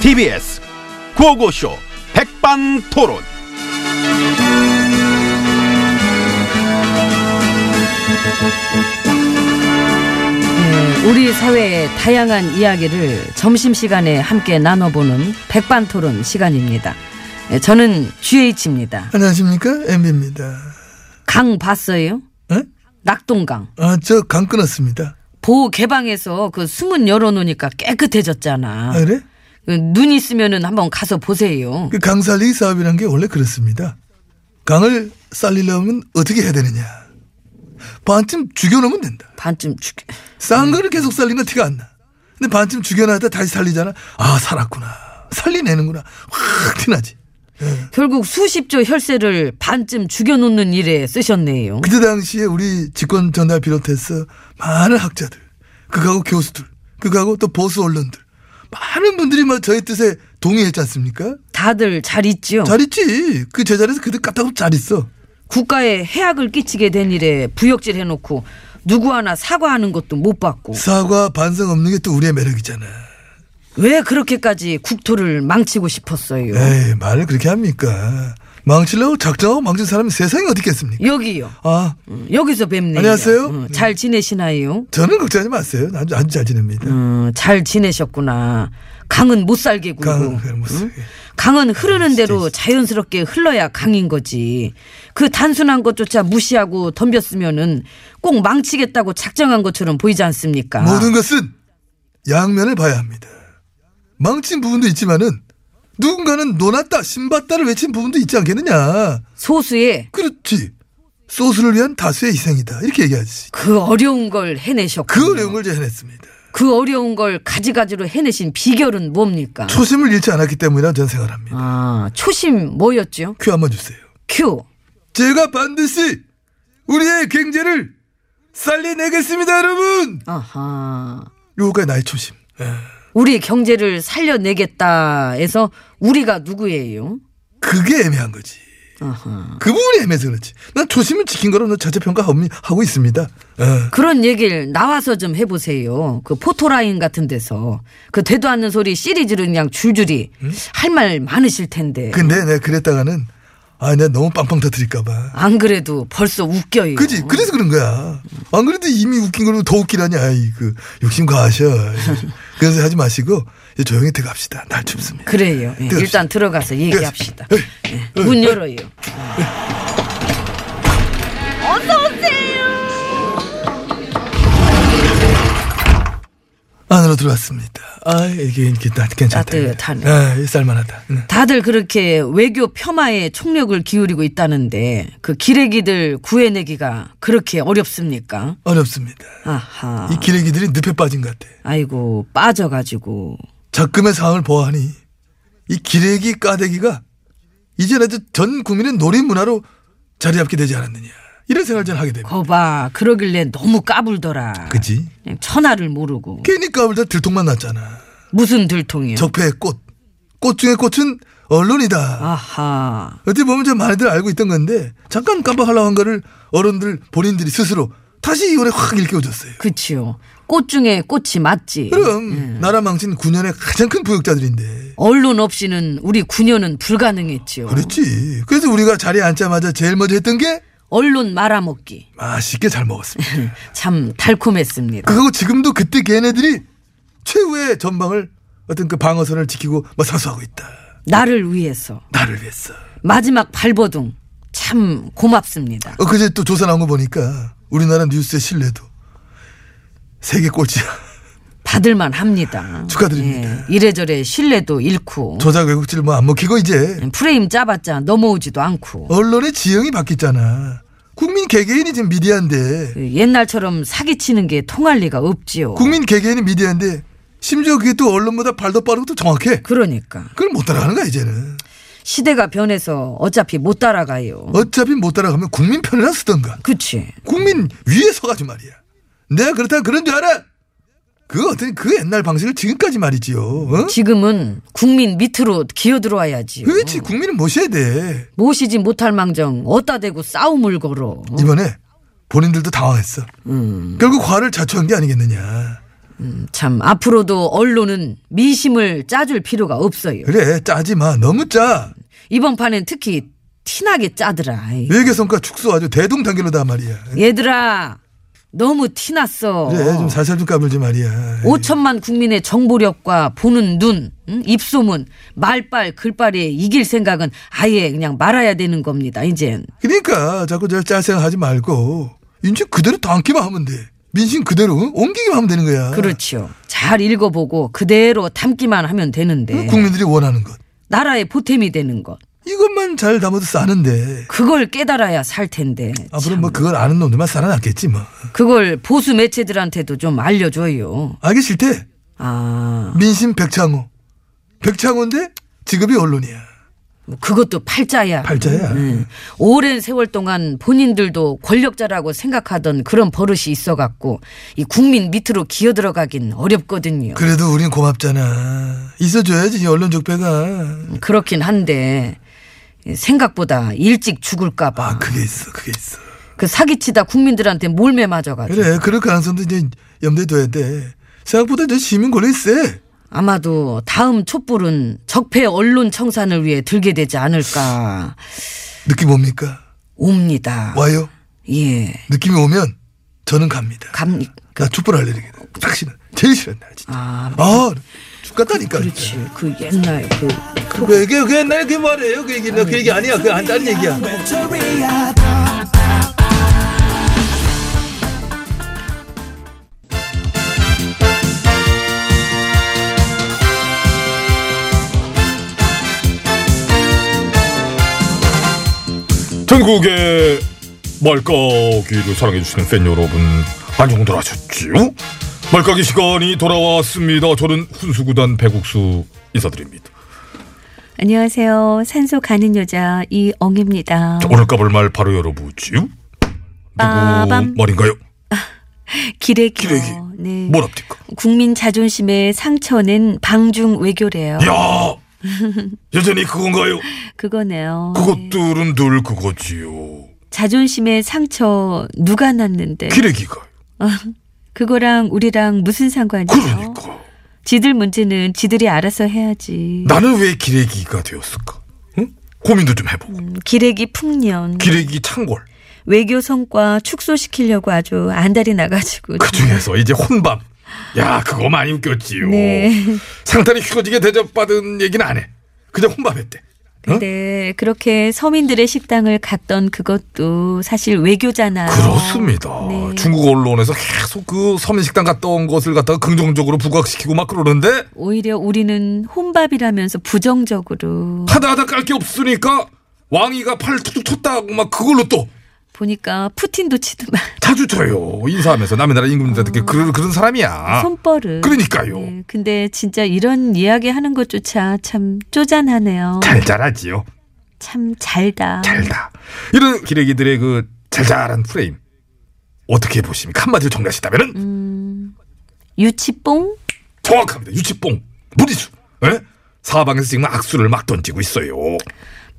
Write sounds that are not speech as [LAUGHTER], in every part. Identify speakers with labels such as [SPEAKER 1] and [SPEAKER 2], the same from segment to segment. [SPEAKER 1] TBS 구호고쇼 백반토론.
[SPEAKER 2] 네, 우리 사회의 다양한 이야기를 점심시간에 함께 나눠보는 백반토론 시간입니다. 네, 저는 GH입니다.
[SPEAKER 3] 안녕하십니까 엠비입니다.
[SPEAKER 2] 강 봤어요?
[SPEAKER 3] 예?
[SPEAKER 2] 낙동강.
[SPEAKER 3] 아저 강 끊었습니다.
[SPEAKER 2] 보호 개방해서 그 수문 열어놓으니까 깨끗해졌잖아.
[SPEAKER 3] 아, 그래?
[SPEAKER 2] 그 눈 있으면은 한번 가서 보세요.
[SPEAKER 3] 그 강살리 사업이란 게 원래 그렇습니다. 강을 살리려면 어떻게 해야 되느냐? 반쯤 죽여놓으면 된다.
[SPEAKER 2] 반쯤 죽.
[SPEAKER 3] 싼 거를 계속 살리면 티가 안 나. 근데 반쯤 죽여놨다 다시 살리잖아. 아 살았구나. 살리내는구나. 확 티나지.
[SPEAKER 2] 결국 수십조 혈세를 반쯤 죽여놓는 일에 쓰셨네요.
[SPEAKER 3] 그때 당시에 우리 집권 전달 비롯해서 많은 학자들, 그거하고 교수들, 그거하고 또 보수 언론들, 많은 분들이 막 저의 뜻에 동의했지 않습니까?
[SPEAKER 2] 다들 잘 있지요.
[SPEAKER 3] 잘 있지. 그 제자리에서 그들 까딱없이 잘 있어.
[SPEAKER 2] 국가에 해악을 끼치게 된 일에 부역질 해놓고 누구 하나 사과하는 것도 못 받고
[SPEAKER 3] 사과 반성 없는 게 또 우리의 매력이잖아.
[SPEAKER 2] 왜 그렇게까지 국토를 망치고 싶었어요?
[SPEAKER 3] 에이, 말을 그렇게 합니까? 망치려고 작정하고 망친 사람이 세상에 어디 있겠습니까?
[SPEAKER 2] 여기요.
[SPEAKER 3] 아,
[SPEAKER 2] 음, 여기서 뵙네요.
[SPEAKER 3] 안녕하세요.
[SPEAKER 2] 음, 잘 지내시나요?
[SPEAKER 3] 저는 걱정하지 마세요. 아주, 아주 잘 지냅니다.
[SPEAKER 2] 음, 잘 지내셨구나. 강은 못 살게 굴고.
[SPEAKER 3] 강은 그걸 못 살게.
[SPEAKER 2] 강은 흐르는 대로 자연스럽게 흘러야 강인 거지. 그 단순한 것조차 무시하고 덤볐으면은 꼭 망치겠다고 작정한 것처럼 보이지 않습니까?
[SPEAKER 3] 모든 것은 양면을 봐야 합니다. 망친 부분도 있지만은 누군가는 노났다, 신봤다를 외친 부분도 있지 않겠느냐.
[SPEAKER 2] 소수의
[SPEAKER 3] 그렇지. 소수를 위한 다수의 희생이다. 이렇게 얘기하지.
[SPEAKER 2] 그 어려운 걸 해내셨고.
[SPEAKER 3] 그 내용을 제가 해냈습니다.
[SPEAKER 2] 그 어려운 걸 가지가지로 해내신 비결은 뭡니까?
[SPEAKER 3] 초심을 잃지 않았기 때문이라 저는 생각합니다.
[SPEAKER 2] 아, 초심 뭐였죠?
[SPEAKER 3] 큐 한번 주세요.
[SPEAKER 2] 큐.
[SPEAKER 3] 제가 반드시 우리의 경제를 살려내겠습니다, 여러분.
[SPEAKER 2] 아하.
[SPEAKER 3] 요가 나의 초심. 예.
[SPEAKER 2] 우리 경제를 살려내겠다 해서 우리가 누구예요?
[SPEAKER 3] 그게 애매한 거지.
[SPEAKER 2] 아하.
[SPEAKER 3] 그 부분이 애매해서 그렇지. 난 초심을 지킨 거로는 자체 평가하고 있습니다. 어.
[SPEAKER 2] 그런 얘기를 나와서 좀 해보세요. 그 포토라인 같은 데서. 그 되도 않는 소리 시리즈를 그냥 줄줄이 할 말 많으실 텐데.
[SPEAKER 3] 근데 내가 그랬다가는 아, 내가 너무 빵빵 터뜨릴까봐.
[SPEAKER 2] 안 그래도 벌써 웃겨요.
[SPEAKER 3] 그지? 그래서 그런 거야. 안 그래도 이미 웃긴 걸로 더 웃기라니, 아이, 그, 욕심 과하셔. 그래서 하지 마시고, 이제 조용히 들어갑시다. 날 춥습니다.
[SPEAKER 2] 그래요. 예, 일단 들어가서 얘기합시다. 예, 문 열어요.
[SPEAKER 3] 안으로 들어왔습니다. 아, 이게, 이게 나- 괜찮다.
[SPEAKER 2] 따뜻하네.
[SPEAKER 3] 아, 이게 쌀만하다. 응.
[SPEAKER 2] 다들 그렇게 외교 폄하에 총력을 기울이고 있다는데 그 기레기들 구해내기가 그렇게 어렵습니까?
[SPEAKER 3] 어렵습니다.
[SPEAKER 2] 아하.
[SPEAKER 3] 이 기레기들이 늪에 빠진 것 같아.
[SPEAKER 2] 아이고 빠져가지고
[SPEAKER 3] 적금의 상황을 보아하니, 이 기레기 까대기가 이제는 아주 전 국민의 놀이 문화로 자리 잡게 되지 않았느냐. 이런 생각을 저는 하게 됩니다.
[SPEAKER 2] 거봐 그러길래 너무 까불더라.
[SPEAKER 3] 그지?
[SPEAKER 2] 그냥 천하를 모르고
[SPEAKER 3] 괜히 까불다 들통만 났잖아.
[SPEAKER 2] 무슨 들통이요?
[SPEAKER 3] 적폐의 꽃. 꽃 중에 꽃은 언론이다.
[SPEAKER 2] 아하.
[SPEAKER 3] 어떻게 보면 좀 많이들 알고 있던 건데 잠깐 깜빡하려고 한 거를 어른들 본인들이 스스로 다시 이번에 확 일깨워줬어요.
[SPEAKER 2] 그치요. 꽃 중에 꽃이 맞지.
[SPEAKER 3] 예. 그럼 나라 망친 9년의 가장 큰 부역자들인데
[SPEAKER 2] 언론 없이는 우리 9년은 불가능했지요.
[SPEAKER 3] 그렇죠. 그렇지. 그래서 우리가 자리에 앉자마자 제일 먼저 했던 게
[SPEAKER 2] 언론 말아먹기
[SPEAKER 3] 맛있게 잘 먹었습니다.
[SPEAKER 2] 예. 참 달콤했습니다.
[SPEAKER 3] 그거고 지금도 그때 걔네들이 최후의 전방을 어떤 그 방어선을 지키고 뭐 사수하고 있다.
[SPEAKER 2] 나를 위해서
[SPEAKER 3] 나를 위해서.
[SPEAKER 2] 마지막 발버둥 참 고맙습니다.
[SPEAKER 3] 어, 그제 또 조사 나온 거 보니까 우리나라 뉴스의 신뢰도 세계 꼴찌야.
[SPEAKER 2] 받을만 합니다.
[SPEAKER 3] 축하드립니다.
[SPEAKER 2] 예, 이래저래 신뢰도 잃고
[SPEAKER 3] 조작 외국질 뭐 안 먹히고 이제
[SPEAKER 2] 프레임 짜봤자 넘어오지도 않고
[SPEAKER 3] 언론의 지형이 바뀌잖아. 국민 개개인이 지금 미디어인데
[SPEAKER 2] 그 옛날처럼 사기치는 게 통할 리가 없지요.
[SPEAKER 3] 어. 국민 개개인이 미디어인데 심지어 그게 또 언론보다 발도 빠르고 또 정확해.
[SPEAKER 2] 그러니까
[SPEAKER 3] 그걸 못 따라가는 거야 이제는.
[SPEAKER 2] 시대가 변해서 어차피 못 따라가요.
[SPEAKER 3] 어차피 못 따라가면 국민 편이나 쓰던가.
[SPEAKER 2] 그치?
[SPEAKER 3] 국민 위에 서가지 말이야. 내가 그렇다 그런 줄 알아. 그 어떤 그 옛날 방식을 지금까지 말이지요. 어?
[SPEAKER 2] 지금은 국민 밑으로 기어들어와야지.
[SPEAKER 3] 그렇지 국민을 모셔야 돼.
[SPEAKER 2] 모시지 못할 망정 어따 대고 싸움을 걸어.
[SPEAKER 3] 이번에 본인들도 당황했어.
[SPEAKER 2] 음.
[SPEAKER 3] 결국 화를 자초한 게 아니겠느냐.
[SPEAKER 2] 음, 참 앞으로도 언론은 민심을 짜줄 필요가 없어요.
[SPEAKER 3] 그래 짜지 마 너무 짜
[SPEAKER 2] 이번 판엔 특히 티나게 짜더라. 아이.
[SPEAKER 3] 외계성과 축소 아주 대동단결로다 말이야
[SPEAKER 2] 얘들아 너무 티났어.
[SPEAKER 3] 그- 그래 좀 살살 좀 까불지 말이야
[SPEAKER 2] 5천만 국민의 정보력과 보는 눈, 응? 입소문, 말빨, 글빨에 이길 생각은 아예 그냥 말아야 되는 겁니다. 이젠
[SPEAKER 3] 그러니까 자꾸 저 짤생각하지 말고 인신 그대로 담기만 하면 돼 민심 그대로 응? 옮기기만 하면 되는 거야
[SPEAKER 2] 그렇죠. 잘 읽어보고 그대로 담기만 하면 되는데
[SPEAKER 3] 응? 그 국민들이 원하는 것
[SPEAKER 2] 나라의 보탬이 되는 것
[SPEAKER 3] 이것만 잘 담아도 싸는데
[SPEAKER 2] 그걸 깨달아야 살 텐데
[SPEAKER 3] 앞으로 뭐 그걸 아는 놈들만 살아났겠지 뭐
[SPEAKER 2] 그걸 보수 매체들한테도 좀 알려줘요.
[SPEAKER 3] 알기 싫대
[SPEAKER 2] 아
[SPEAKER 3] 민심 백창호 백창호인데 직업이 언론이야
[SPEAKER 2] 뭐 그것도 팔자야.
[SPEAKER 3] 팔자야.
[SPEAKER 2] 음. 오랜 세월 동안 본인들도 권력자라고 생각하던 그런 버릇이 있어갖고 이 국민 밑으로 기어 들어가긴 어렵거든요.
[SPEAKER 3] 그래도 우린 고맙잖아. 있어줘야지 이 언론 적폐가.
[SPEAKER 2] 그... 렇긴 한데 생각보다 일찍 죽을까봐
[SPEAKER 3] 아
[SPEAKER 2] 그...
[SPEAKER 3] 그게 있어 그게 있어.
[SPEAKER 2] 사기치다 국민들한테 몰매 맞아가지고
[SPEAKER 3] 그래 그럴 가능성도 이제 염두에 둬야 돼. 생각보다 이제 시민 권리 세.
[SPEAKER 2] 아마도 다음 촛불은 적폐 언론 청산을 위해 들게 되지 않을까
[SPEAKER 3] 느낌 옵니까?
[SPEAKER 2] 옵니다.
[SPEAKER 3] 와요.
[SPEAKER 2] 예.
[SPEAKER 3] 느낌이 오면 저는 갑니다.
[SPEAKER 2] 감
[SPEAKER 3] 나 촛불 할래 이게. 딱 싫어. 제일 싫어 나 진짜.
[SPEAKER 2] 아,
[SPEAKER 3] 아 죽겠다니까.
[SPEAKER 2] 그렇지. 그 옛날 그
[SPEAKER 3] 그 얘기 그 옛날 그 말이에요. 그 얘기 나그 얘기 아니야. 그 안 다른 얘기야.
[SPEAKER 4] 전국의 말까기를 사랑해주시는 팬 여러분 안녕들 하셨지요? 말까기 시간이 돌아왔습니다. 저는 훈수구단 배국수 인사드립니다.
[SPEAKER 5] 안녕하세요. 산소 가는 여자 이엉입니다.
[SPEAKER 4] 자, 오늘 까볼 말 바로 열어보지요. 누구
[SPEAKER 5] 빠밤.
[SPEAKER 4] 말인가요?
[SPEAKER 5] 기레기.
[SPEAKER 4] 어, 기레기.
[SPEAKER 5] 네.
[SPEAKER 4] 뭐랍니까?
[SPEAKER 5] 국민 자존심의 상처는 방중 외교래요.
[SPEAKER 4] 야 여전히 그건가요?
[SPEAKER 5] 그거네요. 네.
[SPEAKER 4] 예? 그것들은 늘 그거지요.
[SPEAKER 5] 자존심의 상처 누가 났는데?
[SPEAKER 4] 기레기가
[SPEAKER 5] 그거랑 우리랑 무슨 상관이죠?
[SPEAKER 4] 그러니까
[SPEAKER 5] 어. 지들 문제는 지들이 알아서 해야지.
[SPEAKER 4] 나는 왜 기레기가 되었을까? 응? 고민도 좀 해보고
[SPEAKER 5] 음, 기레기 풍년.
[SPEAKER 4] 기레기 창궐
[SPEAKER 5] 외교 성과 축소시키려고 아주 안달이 나가지고.
[SPEAKER 4] 그 중에서 이제 혼밥. 야, 그거 많이 웃겼지요.
[SPEAKER 5] 네.
[SPEAKER 4] 상탄이 휘거지게 대접받은 얘기는 안 해. 그냥 혼밥했대. 응?
[SPEAKER 5] 근데 네. 그렇게 서민들의 식당을 갔던 그것도 사실 외교잖아요.
[SPEAKER 4] 그렇습니다.
[SPEAKER 5] 네.
[SPEAKER 4] 중국 언론에서 계속 그 서민식당 갔던 것을 갖다가 긍정적으로 부각시키고 막 그러는데
[SPEAKER 5] 오히려 우리는 혼밥이라면서 부정적으로
[SPEAKER 4] 하다 하다 깔 게 없으니까 왕이가 팔 툭툭 쳤다고 막 그걸로 또
[SPEAKER 5] 보니까 푸틴도 치더만
[SPEAKER 4] 자주 쳐요. 인사하면서 남의 나라 임금들한테 그런 그런 사람이야.
[SPEAKER 5] 손버릇.
[SPEAKER 4] 아, 그러니까요.
[SPEAKER 5] 네, 근데 진짜 이런 이야기 하는 것조차 참 쪼잔하네요.
[SPEAKER 4] 잘 자라지요.
[SPEAKER 5] 참 잘다.
[SPEAKER 4] 잘다. 이런 기레기들의 그 잘잘한 프레임 어떻게 보십니까? 한마디로 정리하시다면은
[SPEAKER 5] 음. 유치뽕?
[SPEAKER 4] 정확합니다. 유치뽕 무리수. 예? 사방에서 지금 악수를 막 던지고 있어요.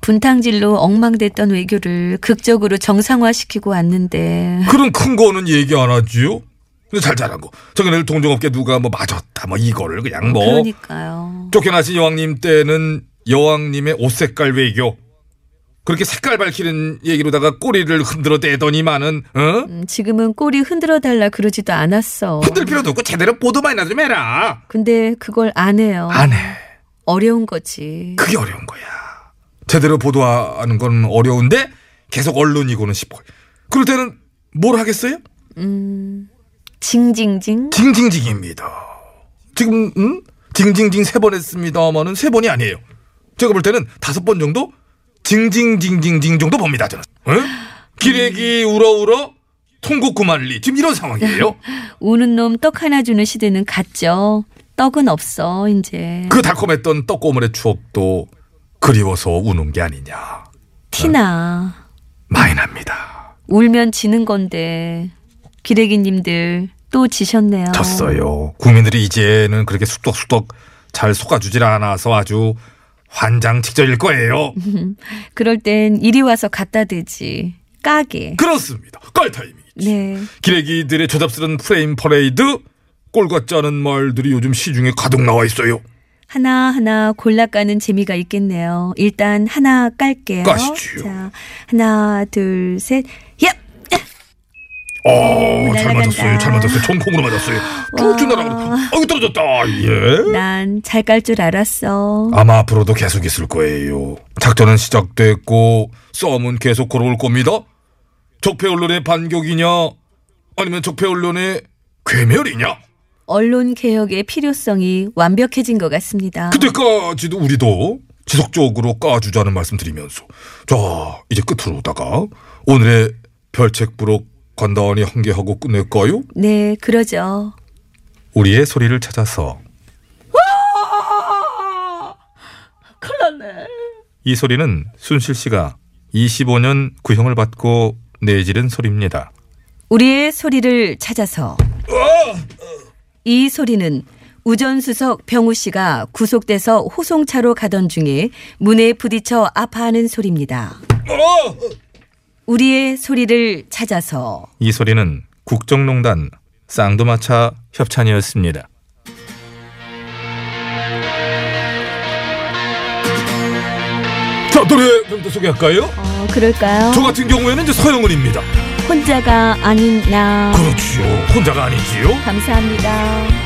[SPEAKER 5] 분탕질로 엉망됐던 외교를 극적으로 정상화시키고 왔는데
[SPEAKER 4] 그런 큰 거는 얘기 안 하지요. 근데 잘 자란 거. 저기는 동종업계 누가 뭐 맞았다 뭐 이거를 그냥 뭐
[SPEAKER 5] 그러니까요.
[SPEAKER 4] 쫓겨나신 여왕님 때는 여왕님의 옷 색깔 외교. 그렇게 색깔 밝히는 얘기로다가 꼬리를 흔들어 대더니만은 어?
[SPEAKER 5] 음, 지금은 꼬리 흔들어 달라 그러지도 않았어.
[SPEAKER 4] 흔들 필요도 없고 제대로 보도만이나 좀 해라.
[SPEAKER 5] 근데 그걸 안 해요.
[SPEAKER 4] 안 해.
[SPEAKER 5] 어려운 거지.
[SPEAKER 4] 그게 어려운 거야. 제대로 보도하는 건 어려운데 계속 언론이고는 싶어요. 그럴 때는 뭘 하겠어요?
[SPEAKER 5] 징징징.
[SPEAKER 4] 징징징입니다. 지금 음? 징징징 세 번 했습니다마는 세 번이 아니에요. 제가 볼 때는 다섯 번 정도 징징징징징 정도 봅니다 저는. 에? 기레기 우러우러 통곡구만리 지금 이런 상황이에요.
[SPEAKER 5] 우는 놈 떡 하나 주는 시대는 갔죠. 떡은 없어 이제.
[SPEAKER 4] 그 달콤했던 떡고물의 추억도 그리워서 우는 게 아니냐.
[SPEAKER 5] 티나.
[SPEAKER 4] 많이 납니다.
[SPEAKER 5] 울면 지는 건데. 기레기님들 또 지셨네요.
[SPEAKER 4] 졌어요. 국민들이 이제는 그렇게 숙덕숙덕 잘 속아주질 않아서 아주 환장 직전일
[SPEAKER 5] [LAUGHS]
[SPEAKER 4] 거예요.
[SPEAKER 5] 그럴 땐 이리 와서 갖다 대지. 까게.
[SPEAKER 4] 그렇습니다. 깔 타이밍이죠.
[SPEAKER 5] 네.
[SPEAKER 4] 기레기들의 조잡스런 프레임 퍼레이드 꼴 같지 않은 말들이 요즘 시중에 가득 나와 있어요.
[SPEAKER 5] 하나하나 골라 까는 재미가 있겠네요. 일단 하나 깔게요.
[SPEAKER 4] 까시지요.
[SPEAKER 5] 자, 하나, 둘, 셋. 야!
[SPEAKER 4] 어, 잘
[SPEAKER 5] 날아간다.
[SPEAKER 4] 맞았어요. 잘 맞았어요. 전콩으로 맞았어요. 쭉쭉 날아가고. 아이고 떨어졌다. 예.
[SPEAKER 5] 난 잘 깔 줄 알았어.
[SPEAKER 4] 아마 앞으로도 계속 있을 거예요. 작전은 시작됐고 싸움은 계속 걸어올 겁니다. 적폐 언론의 반격이냐 아니면 적폐 언론의 괴멸이냐
[SPEAKER 5] 언론 개혁의 필요성이 완벽해진 것 같습니다.
[SPEAKER 4] 그때까지도 우리도 지속적으로 까주자는 말씀드리면서 자 이제 끝으로다가 오늘의 별책부록 간단히 한개하고 끝낼까요?
[SPEAKER 5] 네, 그러죠.
[SPEAKER 4] 우리의 소리를 찾아서 이 소리는 순실 씨가 25년 구형을 받고 내지른 소리입니다.
[SPEAKER 5] 우리의 소리를 찾아서 이 소리는 우전수석 병우 씨가 구속돼서 호송차로 가던 중에 문에 부딪혀 아파하는 소리입니다. 우리의 소리를 찾아서
[SPEAKER 4] 이 소리는 국정농단 쌍도마차 협찬이었습니다. 자 노래 좀더 소개할까요?
[SPEAKER 5] 어, 그럴까요?
[SPEAKER 4] 저 같은 경우에는 이제 서영은입니다.
[SPEAKER 5] 혼자가 아닌 나
[SPEAKER 4] 그렇지요. 혼자가 아니지요.
[SPEAKER 5] 감사합니다.